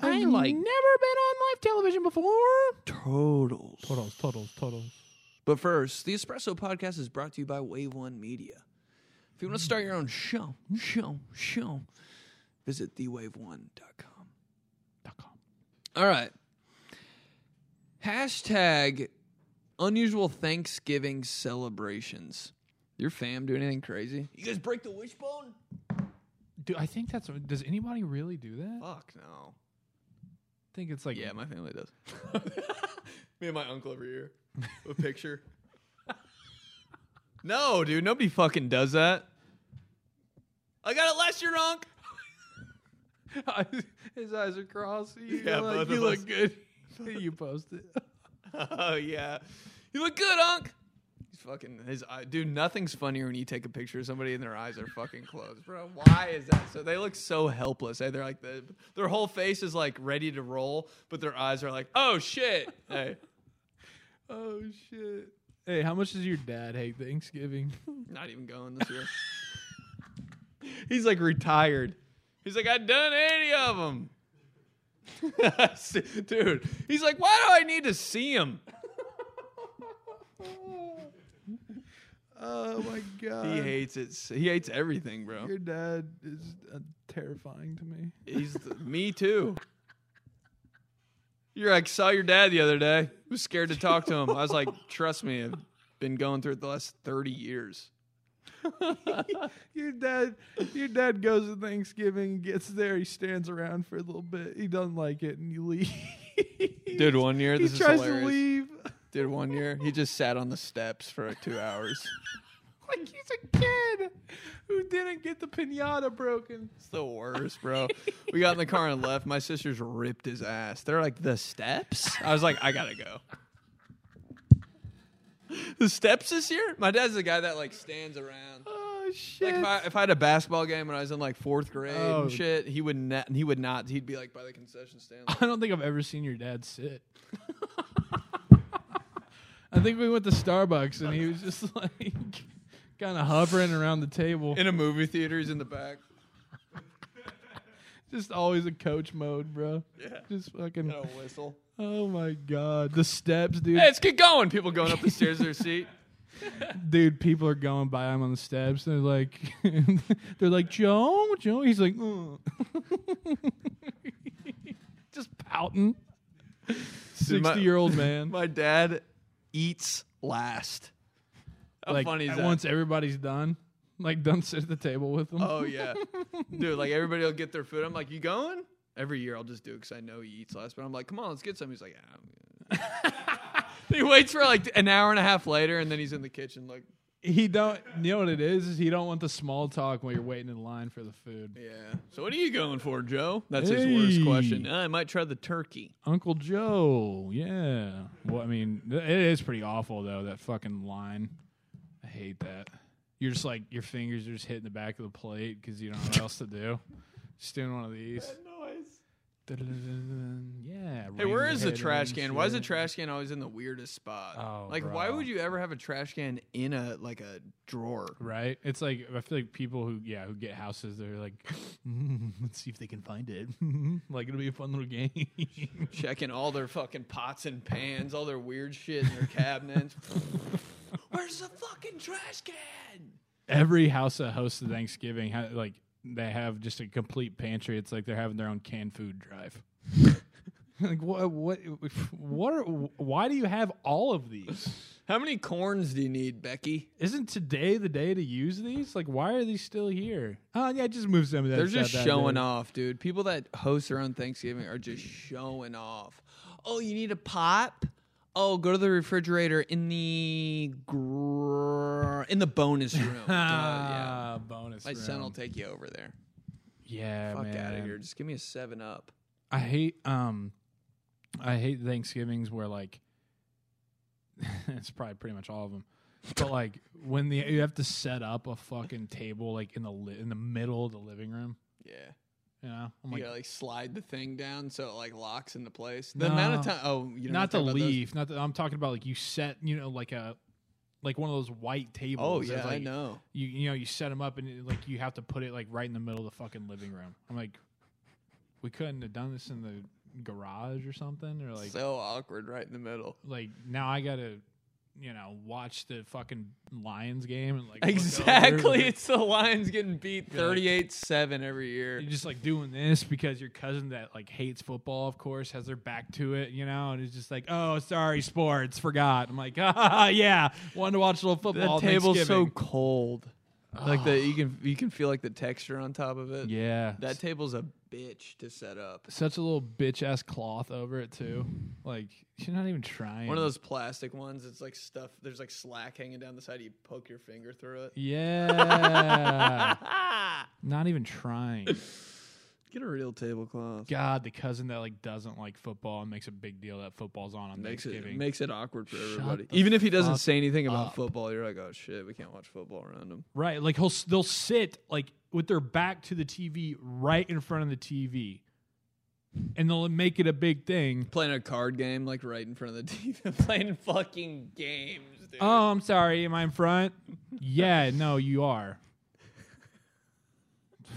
S1: I
S2: I've
S1: like-
S2: never been on live television before.
S1: Totals.
S2: Totals, totals, totals.
S1: But first, the Espresso Podcast is brought to you by Wave One Media. If you want to start your own show, show, show, visit thewave1.com. .com. All right. Hashtag unusual Thanksgiving celebrations. Your fam do anything crazy? You guys break the wishbone?
S2: Dude, I think that's. Does anybody really do that?
S1: Fuck no.
S2: I think it's like.
S1: Yeah, my family does. Me and my uncle every year. A picture. no, dude, nobody fucking does that. I got it last year, Unc.
S2: His eyes are crossed. You
S1: Yeah, both
S2: look, you
S1: of
S2: look
S1: us.
S2: good. you post it.
S1: oh yeah, you look good, Unc. He's fucking his eye, dude. Nothing's funnier when you take a picture of somebody and their eyes are fucking closed, bro. Why is that? So they look so helpless. Hey, they're like the, their whole face is like ready to roll, but their eyes are like, oh shit. Hey,
S2: Oh shit. Hey, how much does your dad hate Thanksgiving?
S1: not even going this year. He's like retired. He's like, I've done any of them. Dude, he's like, why do I need to see him?
S2: Oh my god.
S1: He hates it. s- He hates everything, bro.
S2: Your dad is uh, terrifying to me.
S1: He's the, me too. You're like saw your dad the other day. Was scared to talk to him. I was like, trust me, I've been going through it the last thirty years.
S2: Your dad, your dad goes to Thanksgiving, gets there, he stands around for a little bit, he doesn't like it, and you leave.
S1: Dude, one year
S2: he
S1: this is
S2: tries to
S1: hilarious.
S2: leave.
S1: Dude, one year he just sat on the steps for like two hours.
S2: Like he's a kid who didn't get the pinata broken.
S1: It's the worst, bro. We got in the car and left. My sisters ripped his ass. They're like the steps. I was like, I gotta go. The steps this year? My dad's the guy that like stands around.
S2: Oh shit!
S1: Like if I, if I had a basketball game when I was in like fourth grade
S2: Oh.
S1: and shit, he would not. He would not. He'd be like by the concession stand. like,
S2: I don't think I've ever seen your dad sit. I think we went to Starbucks and he was just like kind of hovering around the table.
S1: in a movie theater, he's in the back.
S2: Just always a coach mode, bro.
S1: Yeah.
S2: Just fucking.
S1: Got a whistle.
S2: Oh my god, the steps, dude.
S1: Hey, let's get going. People going up the stairs to their seat.
S2: dude, people are going by him on the steps. They're like, they're like Joe, Joe. He's like, "Uh." just pouting.
S1: Dude, my-
S2: 60-year-old man.
S1: My dad eats last. How
S2: like
S1: funny is
S2: at
S1: that?
S2: once everybody's done, like done sit at the table with them.
S1: Oh yeah, dude. Like everybody will get their food. I'm like, you going? Every year I'll just do it because I know he eats less. But I'm like, come on, let's get some. He's like, "Ah, I'm good." he waits for like an hour and a half later, and then he's in the kitchen. Like,
S2: he don't. You know what it is? Is he don't want the small talk while you're waiting in line for the food.
S1: yeah. So what are you going for, Joe? That's his worst question.
S2: Hey.
S1: "Uh, I might try the turkey.
S2: Uncle Joe. Yeah. Well, I mean, th- it is pretty awful though. That fucking line. I hate that. You're just like your fingers are just hitting the back of the plate because you don't know what else to do. Just doing one of these. Dun-dun-dun-dun. Yeah.
S1: Hey,
S2: ring
S1: where
S2: your
S1: is the
S2: head
S1: trash
S2: in,
S1: can? Why is the
S2: shit.
S1: trash can always in the weirdest spot?
S2: Oh,
S1: like, why
S2: bro.
S1: would you ever have a trash can in a like a drawer?
S2: Right? It's like I feel like people who yeah who get houses they're like, "Mm, let's see if they can find it. like it'll be a fun little game.
S1: Checking all their fucking pots and pans, all their weird shit in their cabinets. Where's the fucking trash can?
S2: Every house that hosts the Thanksgiving ha- like they have just a complete pantry. It's like they're having their own canned food drive. like what what what are, why do you have all of these?
S1: How many corns do you need, Becky?
S2: Isn't today the day to use these? Like why are these still here? Oh yeah, just move some of that.
S1: They're
S2: stuff
S1: just
S2: out
S1: showing
S2: there.
S1: off, dude. People that host their own Thanksgiving are just showing off. Oh, you need a pop? Oh, go to the refrigerator in the gr- in the bonus room. Duh, yeah.
S2: Ah, Bonus
S1: My son will
S2: room.
S1: take you over there.
S2: Yeah,
S1: Fuck
S2: man.
S1: out of here. Just give me a seven up.
S2: I hate um I hate Thanksgivings where like it's probably pretty much all of them. But like when the you have to set up a fucking table like in the li- in the middle of the living room,
S1: Yeah.
S2: you know? I'm
S1: you
S2: like
S1: gotta like slide the thing down so it like locks into place. The amount of
S2: "No,
S1: time. Oh, you know,
S2: not the leaf, not the, I'm talking about like you set, you know, like a like one of those white tables.
S1: Oh,
S2: that's,
S1: yeah, I
S2: like,
S1: know.
S2: You you know you set them up and it, like you have to put it like right in the middle of the fucking living room. I'm like, we couldn't have done this in the garage or something or like Oh
S1: so awkward right in the middle.
S2: like now I gotta, you know, watch the fucking Lions game and like look over
S1: Exactly.
S2: and
S1: It's the Lions getting beat
S2: You're like-
S1: 38 7 every year.
S2: You're just like doing this because your cousin that like hates football, of course, has their back to it, you know, and is just like, oh, sorry, sports, forgot. I'm like, ah, yeah, wanted to watch a little football.
S1: the table's so
S2: Thanksgiving."
S1: cold. Like the you can you can feel like the texture on top of it.
S2: Yeah.
S1: That table's a bitch to set up.
S2: such a little bitch ass cloth over it too. Like you're not even trying.
S1: One of those plastic ones. It's like stuff. There's like slack hanging down the side. You poke your finger through it.
S2: Yeah. not even trying.
S1: Get a real tablecloth.
S2: God, the cousin that like doesn't like football and makes a big deal that football's on on
S1: makes it
S2: Thanksgiving
S1: makes it awkward for
S2: Shut
S1: everybody.
S2: the
S1: Even if he doesn't
S2: fuck
S1: say anything about
S2: up.
S1: football, you're like, oh shit, we can't watch football around him.
S2: Right, like he'll s- they'll sit like with their back to the TV, right in front of the TV, and they'll make it a big thing.
S1: Playing a card game like right in front of the Um, TV. Playing fucking games, dude.
S2: Oh, I'm sorry, am I in front? yeah, no, you are.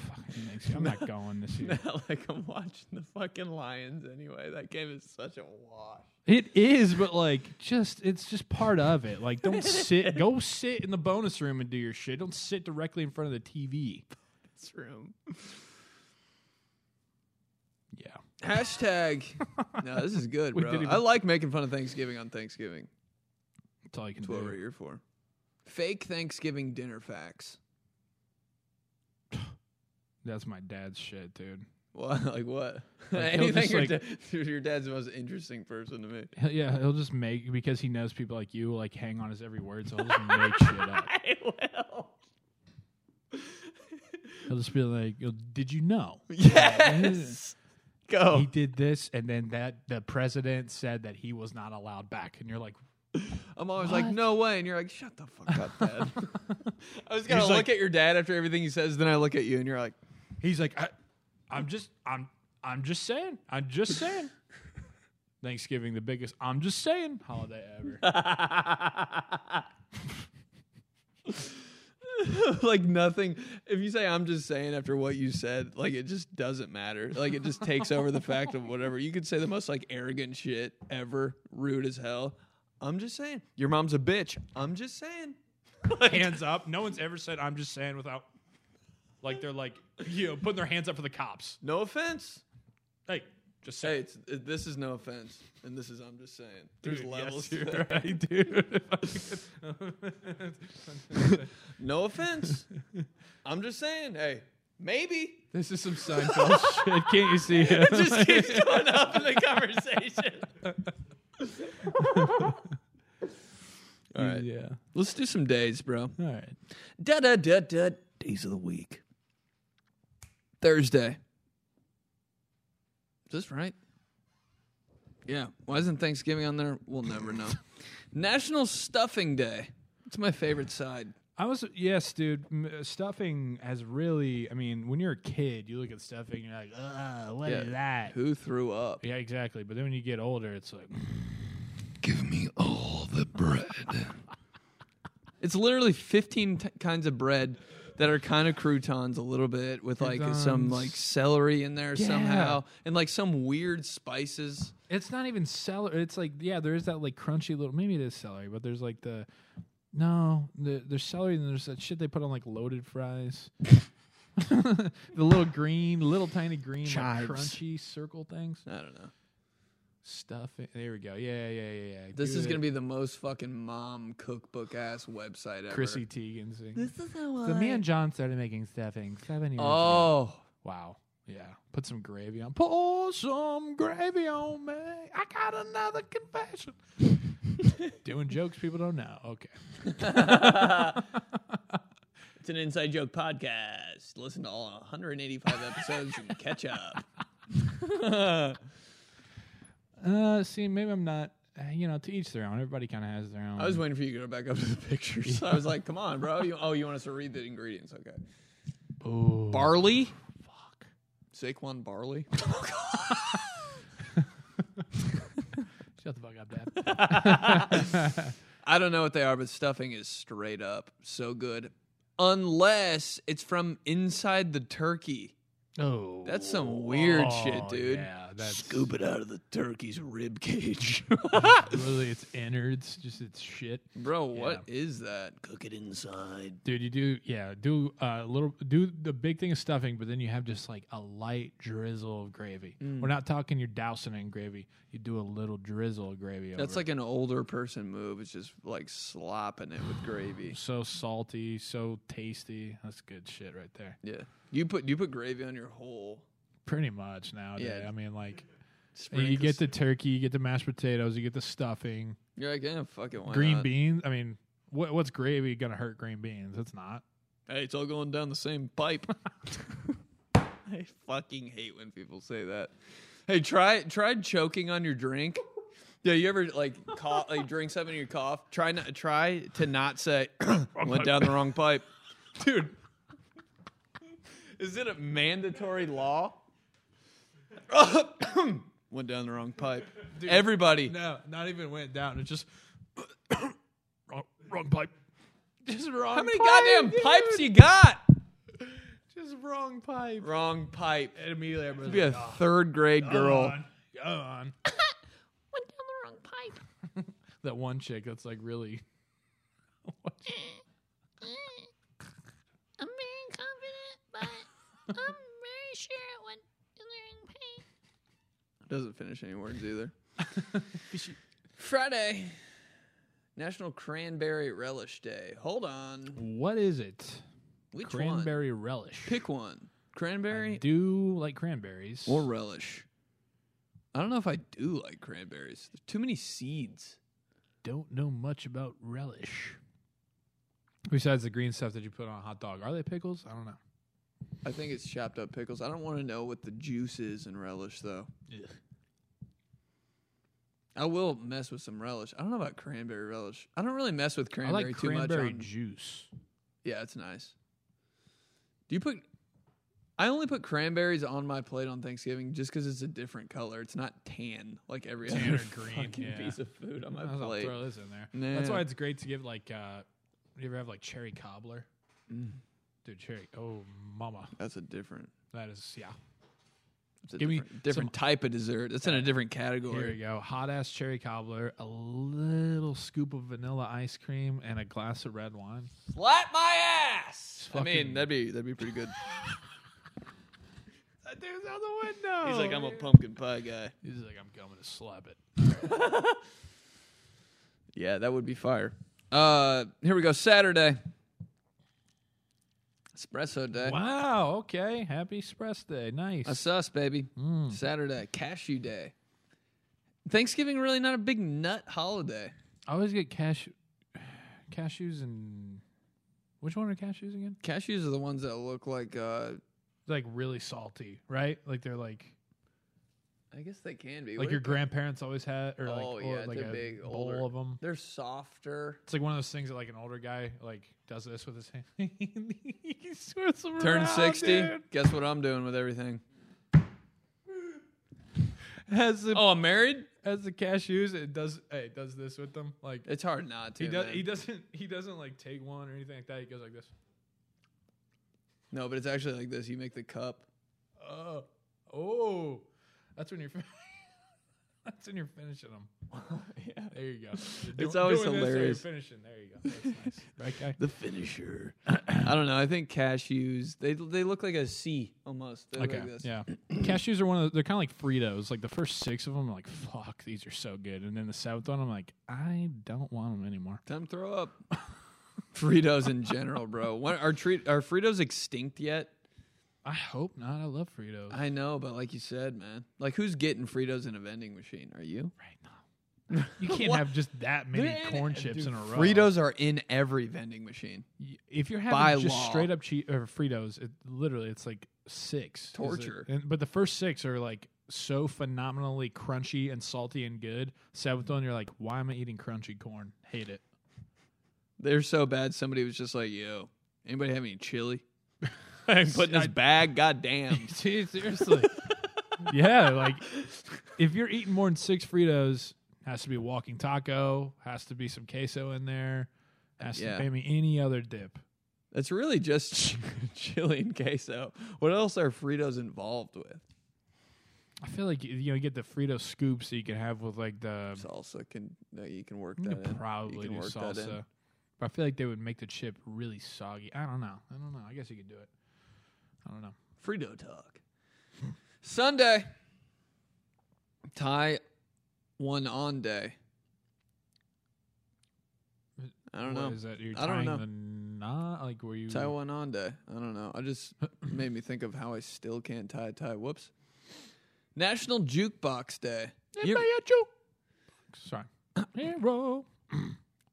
S2: Fucking makes- I'm not going this year.
S1: Now, like I'm watching the fucking Lions anyway. That game is such a wash.
S2: It is, but like, just it's just part of it. Like, don't sit. Go sit in the bonus room and do your shit. Don't sit directly in front of the TV.
S1: This room.
S2: Yeah.
S1: Hashtag. no, this is good,
S2: We
S1: bro.
S2: didn't even-
S1: I like making fun of Thanksgiving on Thanksgiving.
S2: That's all you can
S1: That's what we're
S2: do.
S1: here for. Fake Thanksgiving dinner facts.
S2: That's my dad's shit, dude.
S1: What? Like what?
S2: Like, he'll
S1: Anything
S2: just,
S1: your,
S2: like-
S1: da- dude, your dad's the most interesting person to me.
S2: He'll- yeah, he'll just make because he knows people like you like hang on his every word, so he'll just make shit up.
S4: I will.
S2: He'll just be like, "Yo, "Did you know?"
S4: Yes. Go.
S1: Oh.
S2: He did this, and then that the president said that he was not allowed back, and you're like,
S1: I'm always like,
S2: What?
S1: no way. And you're like, shut the fuck up, dad. I was going to
S2: He's
S1: look
S2: like-
S1: at your dad after everything he says. Then I look at you and you're like,
S2: "He's like, I, I'm just, I'm, I'm just saying, I'm just saying." Thanksgiving, the biggest, I'm just saying, holiday ever.
S1: like nothing. If you say I'm just saying after what you said, like it just doesn't matter. Like it just takes over the fact of whatever. You could say the most like arrogant shit ever, rude as hell. I'm just saying. Your mom's a bitch. I'm just saying.
S2: hands up. No one's ever said, "I'm just saying," without like they're like, you know, putting their hands up for the cops.
S1: No offense.
S2: Hey,
S1: Just say hey, it's, it, this is no offense, and this is I'm just saying. There's
S2: Dude, yes,
S1: levels.
S2: you're
S1: to that.
S2: right, dude.
S1: no offense. I'm just saying. Hey, maybe
S2: This is some Seinfeld shit. Can't you see it?
S1: It just keeps going up in the conversation. All right.
S2: Yeah.
S1: Let's do some days, bro. All
S2: right.
S1: Da da da da. Days of the week. Thursday. Is this right? Yeah. Why isn't Thanksgiving on there? We'll never know. National Stuffing Day. It's my favorite side.
S2: I was yes, dude. M- uh, Stuffing has really. I mean, when you're a kid, you look at stuffing, you're like, ugh, what is
S1: Yeah.
S2: that?
S1: Who threw up?
S2: Yeah, exactly. But then when you get older, it's like,
S1: All the bread. it's literally 15 t- kinds of bread that are kind of croutons a little bit with like some
S2: Croutons.
S1: like celery in there
S2: Yeah.
S1: somehow and like some weird spices.
S2: it's not even celery. It's like, yeah, there is that like crunchy little. Maybe it is celery, but there's like the no, the, there's celery and there's that shit they put on like loaded fries. the little green, little tiny green, like
S1: Chives.
S2: crunchy circle things.
S1: I don't know.
S2: Stuffing. There we go. Yeah, yeah, yeah, yeah.
S1: This is
S2: Good.
S1: going to be the most fucking mom cookbook ass website ever.
S2: Chrissy Teigen sing.
S1: This is how
S2: So me
S1: I-
S2: and John started making stuffing seven years ago.
S1: Oh.
S2: Wow. Yeah. Put some gravy on. Pour some gravy on me. I got another confession. Doing jokes people don't know. Okay.
S1: It's an inside joke podcast. Listen to all 185 episodes and catch up.
S2: uh, see, maybe I'm not. uh, You know, to each their own. Everybody kind of has their own.
S1: I was waiting for you to go back up to the pictures. I was like, come on, bro. You, oh, you want us to read the ingredients? Okay.
S2: Ooh.
S1: Barley. Fuck. Saquon Barley.
S2: Shut the fuck up, Dad.
S1: I don't know what they are, but stuffing is straight up so good. Unless it's from inside the turkey.
S2: oh,
S1: That's some weird
S2: Oh,
S1: shit, dude.
S2: yeah, that's-
S1: Scoop it out of the turkey's rib cage.
S2: really, it's innards. Just it's shit.
S1: Bro,
S2: Yeah.
S1: what is that? Cook it inside.
S2: Dude, you do yeah, do a little do the big thing of stuffing, but then you have just like a light drizzle of gravy.
S1: Mm.
S2: We're not talking you're dousing it in gravy. You do a little drizzle of gravy
S1: That's
S2: over
S1: like an older person move. It's just like slopping it with
S2: it.
S1: gravy.
S2: so salty, so tasty. That's good shit right there.
S1: Yeah. You put do you put gravy on your whole
S2: Pretty much nowadays.
S1: Yeah.
S2: I mean like
S1: sprinkle.
S2: you get the turkey, you get the mashed potatoes, you get the stuffing,
S1: You're like, yeah, fuck it. Why
S2: green
S1: not?
S2: beans. I mean, what what's gravy gonna hurt green beans? It's not.
S1: Hey, it's all going down the same pipe. I fucking hate when people say that. Hey, try try choking on your drink. Yeah, you ever like cough, like drink something and you cough? Try not try to not say
S2: Oh
S1: went down the wrong pipe, dude. Is it a mandatory law? went down the wrong pipe. Everybody.
S2: No, not even went down. It's just wrong, wrong pipe. Just wrong
S1: How many
S2: pipe,
S1: goddamn
S2: dude.
S1: pipes you got?
S2: Just wrong pipe.
S1: Wrong pipe.
S2: And immediately everybody's
S1: Be a
S2: like, "Oh,
S1: third grade
S2: go
S1: girl.
S2: on, Go on. That one chick that's like really.
S4: I'm very confident, but I'm very sure it went in the pain.
S1: Doesn't finish any words either. Friday, National Cranberry Relish Day. Hold on.
S2: What is it?
S1: Which one?
S2: cranberry relish.
S1: Pick one. Cranberry
S2: Do like cranberries.
S1: or relish? I don't know if I do like cranberries. There's too many seeds.
S2: don't know much about relish. Besides the green stuff that you put on a hot dog, are they pickles? I don't know.
S1: I think it's chopped up pickles. I don't want to know what the juice is in relish, though. I will mess with some relish. I don't know about cranberry relish. I don't really mess with cranberry
S2: I like
S1: too much.
S2: cranberry
S1: on-
S2: juice.
S1: Yeah, it's nice. Do you put? I only put cranberries on my plate on Thanksgiving just because it's a different color. It's not tan like every
S2: Tan
S1: other
S2: or green,
S1: fucking
S2: yeah.
S1: piece of food on my
S2: Might as well
S1: plate.
S2: throw this in there.
S1: Nah.
S2: That's why it's great to give like. uh You ever have like cherry cobbler?
S1: Mm.
S2: Dude, cherry. Oh, mama,
S1: That's a different.
S2: that is yeah.
S1: It's a
S2: Give me
S1: different, different type of dessert. It's in a different
S2: Here
S1: category.
S2: you go. Hot ass cherry cobbler, a little scoop of vanilla ice cream, and a glass of red wine.
S1: Slap my ass. I
S2: fucking-
S1: mean, that'd be that'd be pretty good. I
S2: that dude's out the window.
S1: He's like, I'm a pumpkin pie guy.
S2: He's like, I'm coming to slap it.
S1: Yeah, that would be fire. Uh, here we go. Saturday. Espresso day.
S2: Wow. Okay. Happy Express Day. Nice.
S1: That's us, baby.
S2: Hmm.
S1: Saturday, cashew day. Thanksgiving really not a big nut holiday.
S2: I always get cashew, cashews and which one are cashews again?
S1: Cashews are the ones that look like uh
S2: Like really salty, right? Like they're like
S1: I guess they can be.
S2: like
S1: What
S2: your
S1: if-
S2: grandparents always had, or like
S1: Oh
S2: or
S1: yeah,
S2: like
S1: they're
S2: a
S1: big
S2: bowl
S1: older.
S2: of them.
S1: They're softer.
S2: It's like one of those things that like an older guy like does this with his hand. he squirts them
S1: Turn
S2: around,
S1: 60.
S2: dude.
S1: Ah, Guess what I'm doing with everything? oh, I'm married?
S2: Has the cashews, it does. Hey, it does this with them. Like
S1: It's hard not to.
S2: he does.
S1: man.
S2: He doesn't. He doesn't like take one or anything like that. He goes like this.
S1: no, but it's actually like this. You make the cup.
S2: Oh, oh, that's when you're. fin- that's when you're finishing them.
S1: yeah,
S2: there you go. You're
S1: It's
S2: doing-
S1: always
S2: doing this while you're
S1: hilarious.
S2: finishing. There you go. That's nice. Right, guy?
S1: The finisher. I don't know. I think cashews. They they look like a C almost. They're
S2: Okay.
S1: Like this.
S2: Yeah. Cashews are one of the, they're kind of like Fritos. Like the first six of them, I'm like fuck, these are so good, and then the seventh one, I'm like, I don't want them anymore.
S1: Time to throw up. Fritos in general, bro. When, are treat are Fritos extinct yet?
S2: I hope not. I love Fritos.
S1: I know, but like you said, man, like who's getting Fritos in a vending machine? Are you?
S2: You can't
S1: What?
S2: have just that many
S1: They're in-
S2: corn chips
S1: dude,
S2: in a row.
S1: Fritos are in every vending machine.
S2: If you're
S1: by
S2: having just
S1: law.
S2: straight up che- or Fritos, it literally it's like six is it-
S1: Torture.
S2: and, but the first six are like so phenomenally crunchy and salty and good. Seventh one, you're like, why am I eating crunchy corn? Hate it.
S1: They're so bad. Somebody was just like, "Yo, anybody have any chili?" I'm putting this
S2: I-
S1: bag. Goddamn.
S2: Dude, seriously. yeah, like if you're eating more than six Fritos, has to be a walking taco, has to be some queso in there, has
S1: Yeah.
S2: to pay me any other dip.
S1: It's really just ch- chili and queso. What else are Fritos involved with?
S2: I feel like you know you get the Frito scoops that you can have with like the
S1: Salsa can no, you can work
S2: You
S1: that in.
S2: could probably
S1: you can
S2: do
S1: work that in.
S2: salsa. But I feel like they would make the chip really soggy. I don't know. I don't know. I guess you could do it. I don't know.
S1: Frito talk. Sunday. Tie one on day. I don't
S2: What
S1: know.
S2: Is that you're
S1: I don't
S2: tying
S1: know.
S2: the knot? Like were you?
S1: Tie one on day. I don't know. I just made me think of how I still can't tie a tie. Whoops. National Jukebox Day. You-
S2: Sorry. Hero.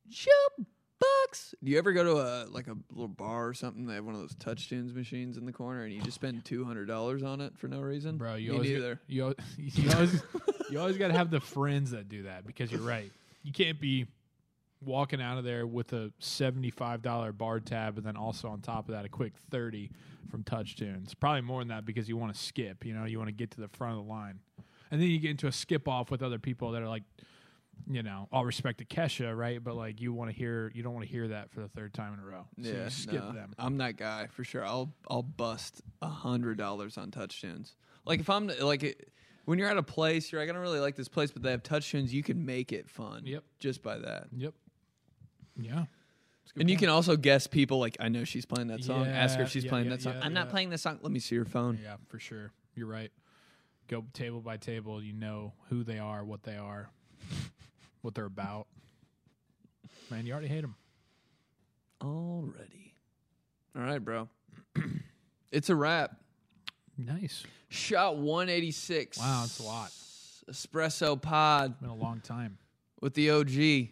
S1: Jukebox. Do you ever go to a like a little bar or something? They have one of those touch tunes machines in the corner, and you just spend two hundred dollars on it for no reason.
S2: Bro, you
S1: Me
S2: always
S1: neither.
S2: Get, you, al- you always you always got to have the friends that do that because you're right. You can't be walking out of there with a seventy-five dollar bar tab and then also on top of that a quick thirty from Touchtunes. Probably more than that because you want to skip. You know, you want to get to the front of the line, and then you get into a skip off with other people that are like. You know, all respect to Kesha, right? But like, you want to hear, you don't want to hear that for the third time in a row. So
S1: yeah,
S2: you skip
S1: no,
S2: them.
S1: I'm that guy for sure. I'll I'll bust a hundred dollars on touchdowns. Like if I'm like it, when you're at a place, you're like I don't really like this place, but they have touchdowns. You can make it fun.
S2: Yep.
S1: Just by that.
S2: Yep. Yeah.
S1: And you can also guess people like I know she's playing that song. Ask her
S2: Yeah,
S1: if she's
S2: yeah,
S1: playing
S2: yeah,
S1: that song.
S2: yeah,
S1: I'm not
S2: yeah.
S1: playing this song. Let me see your phone.
S2: Yeah, for sure. You're right. Go table by table. You know who they are, what they are, what they're about. Man, you already hate them.
S1: Already. All right, bro. it's a wrap.
S2: Nice.
S1: Shot 186.
S2: Wow, that's a lot.
S1: Espresso Pod
S2: Been a long time.
S1: with the OG
S2: Yeah.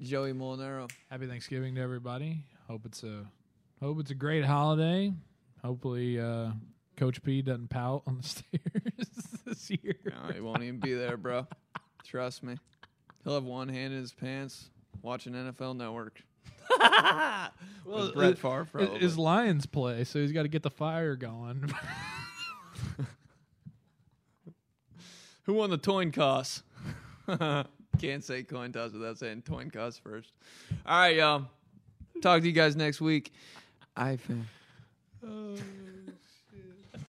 S1: Joey Molinaro.
S2: Happy Thanksgiving to everybody. Hope it's a hope it's a great holiday. Hopefully, uh, Coach P doesn't pout on the stairs this year.
S1: No, he won't even be there, bro. Trust me. He'll have one hand in his pants watching NFL Network. With Brett Favre, probably.
S2: His Lions play, so he's got to get the fire going.
S1: Who won the coin toss? Can't say coin toss without saying coin toss first. All right, y'all. Talk to you guys next week. I fan.